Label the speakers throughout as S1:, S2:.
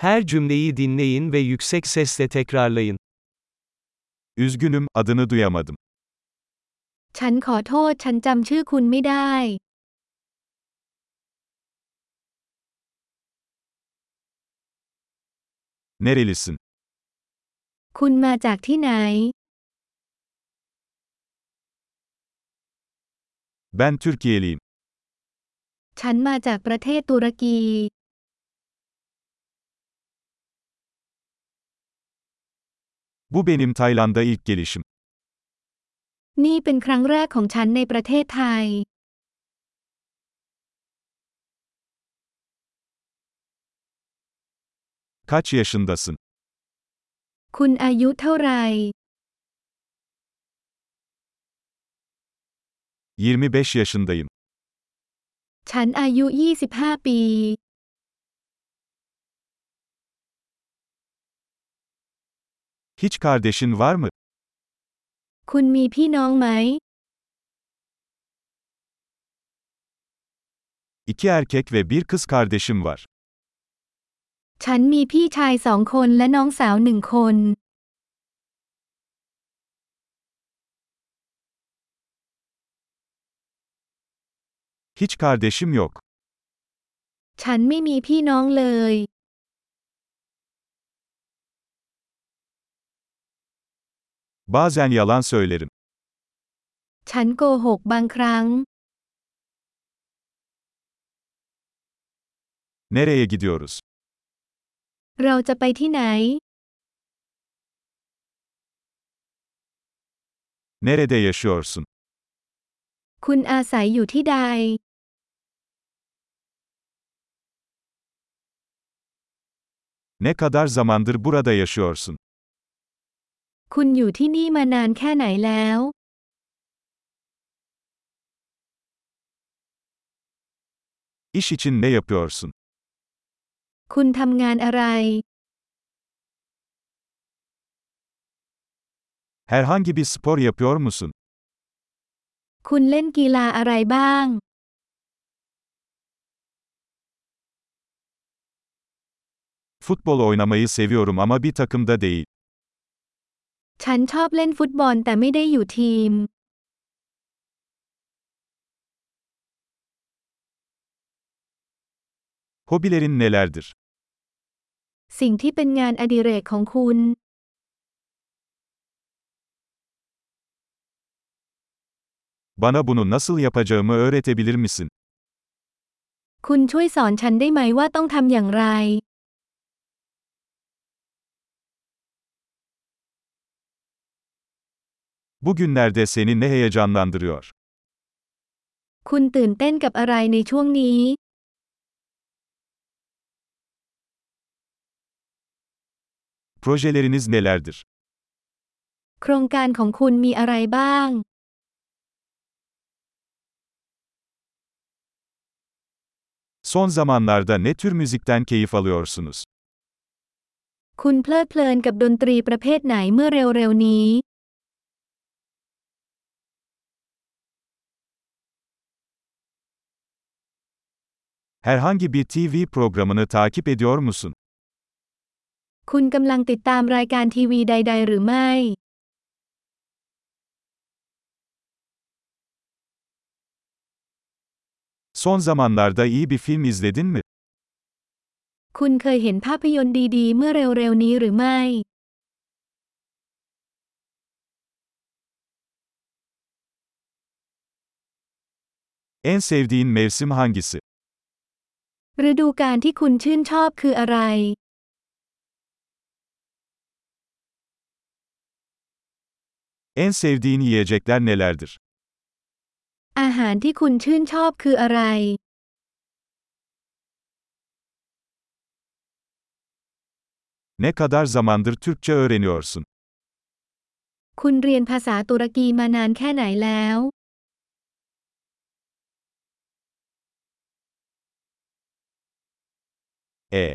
S1: Her cümleyi dinleyin ve yüksek sesle tekrarlayın.
S2: Üzgünüm, adını duyamadım.
S3: ฉันขอโทษฉันจำชื่อคุณไม่ได้
S2: Nerelisin?
S3: คุณมาจากที่ไหน
S2: Ben Türkiye'liyim.
S3: ฉันมาจากประเทศตุรกี
S2: Bu benim Tayland'a ilk gelişim.
S3: นี่เป็นครั้งแรกของฉันในประเทศไทย
S2: Kaç yaşındasın?
S3: คุณอายุเท่าไหร่
S2: 25 yaşındayım.
S3: ฉันอายุ 25 ปี
S2: Hiç kardeşin var mı?
S3: คุณมีพี่น้องไหม
S2: İki erkek ve bir kız kardeşim var.
S3: ฉันมีพี่ชายสองคนและน้องสาวหนึ่งคน
S2: Hiç kardeşim yok.
S3: ฉันไม่มีพี่น้องเลย
S2: Bazen yalan söylerim.
S3: ฉันโกหกบางครั้ง
S2: Nereye gidiyoruz?
S3: เราจะไปที่ไหน
S2: Nerede yaşıyorsun?
S3: คุณอาศัยอยู่ที่ใด
S2: Ne kadar zamandır burada yaşıyorsun?
S3: คุณอยู่ที่นี่มานานแค่ไหนแล้ว
S2: İş için ne yapıyorsun?
S3: คุณทำงานอะไร
S2: Herhangi bir spor yapıyor musun?
S3: คุณเล่นกีฬาอะไรบ้าง
S2: Futbol oynamayı seviyorum ama bir takımda değil.
S3: ฉันชอบเล่นฟุตบอลแต่ไม่ได้อยู่ทีม
S2: Hobilerin nelerdir?
S3: สิ่งที่เป็นงานอดิเรกของคุณ
S2: Bana bunu nasıl yapacağımı öğretebilir misin?
S3: คุณช่วยสอนฉันได้ไหมว่าต้องทำอย่างไร
S2: Bugünlerde seni ne heyecanlandırıyor?
S3: คุณตื่นเต้นกับอะไรในช่วงนี้
S2: Projeleriniz nelerdir?
S3: โครงการของคุณมีอะไรบ้าง
S2: Son zamanlarda ne tür müzikten keyif alıyorsunuz?
S3: คุณเพลิดเพลินกับดนตรีประเภทไหนเมื่อเร็วๆนี้
S2: Herhangi bir TV programını takip ediyor musun?
S3: คุณกำลังติดตามรายการทีวีใด ๆ หรือไม่
S2: Son zamanlarda iyi bir film izledin mi?
S3: คุณเคยเห็นภาพยนตร์ดี ๆ เมื่อเร็วๆนี้หรือไม่
S2: En sevdiğin mevsim hangisi?
S3: ฤดูกาลที่คุณชื่นชอบคืออะไร
S2: En sevdiğin yiyecekler nelerdir?
S3: อาหารที่คุณชื่นชอบคืออะไร
S2: Ne kadar zamandır Türkçe öğreniyorsun?
S3: คุณเรียนภาษาตุรกีมานานแค่ไหนแล้ว
S2: E,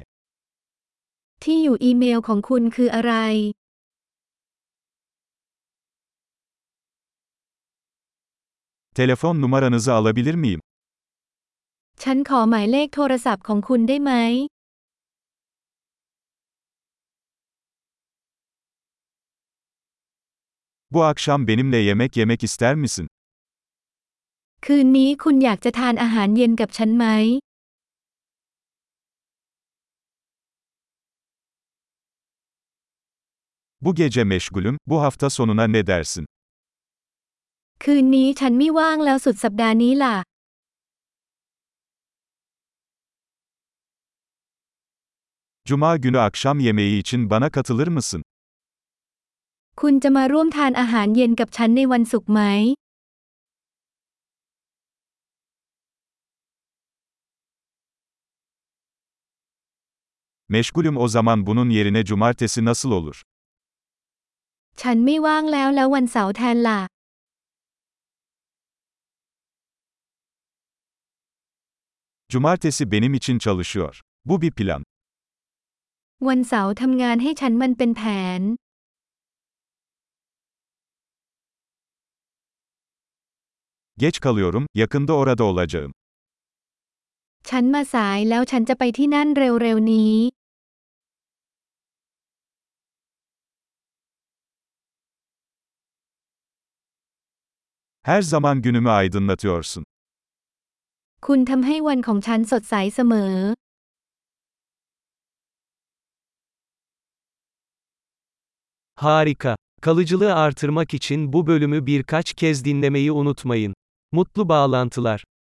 S3: ที่อยู่อีเมลของคุณคืออะไร
S2: telefon numaranızı alabilir miyim?
S3: ฉันขอหมายเลขโทรศัพท์ของคุณได้ไหม
S2: Bu akşam benimle yemek yemek ister misin?
S3: คืนนี้คุณอยากจะทานอาหารเย็นกับฉันไหม
S2: Bu gece meşgulüm, bu hafta sonuna ne dersin?
S3: คืนนี้ฉันไม่ว่างแล้วสุดสัปดาห์นี้ล่ะ
S2: Cuma günü akşam yemeği için bana katılır mısın?
S3: คุณจะมาร่วมทานอาหารเย็นกับฉันในวันศุกร์ไหม
S2: Meşgulüm o zaman bunun yerine cumartesi nasıl olur?
S3: ฉันไม่ว่างแล้วแล้ววันเสาร์แทนล่ะ
S2: Cumartesi benim için çalışıyor. Bu bir plan.
S3: วันเสาร์ทำงานให้ฉันมันเป็นแผน
S2: Geç kalıyorum, yakında orada olacağım.
S3: ฉันมาสายแล้วฉันจะไปที่นั่นเร็วๆนี้
S2: Her zaman günümü aydınlatıyorsun.
S3: คุณทำให้วันของฉันสดใสเสมอ
S1: Harika. Kalıcılığı artırmak için bu bölümü birkaç kez dinlemeyi unutmayın. Mutlu bağlantılar.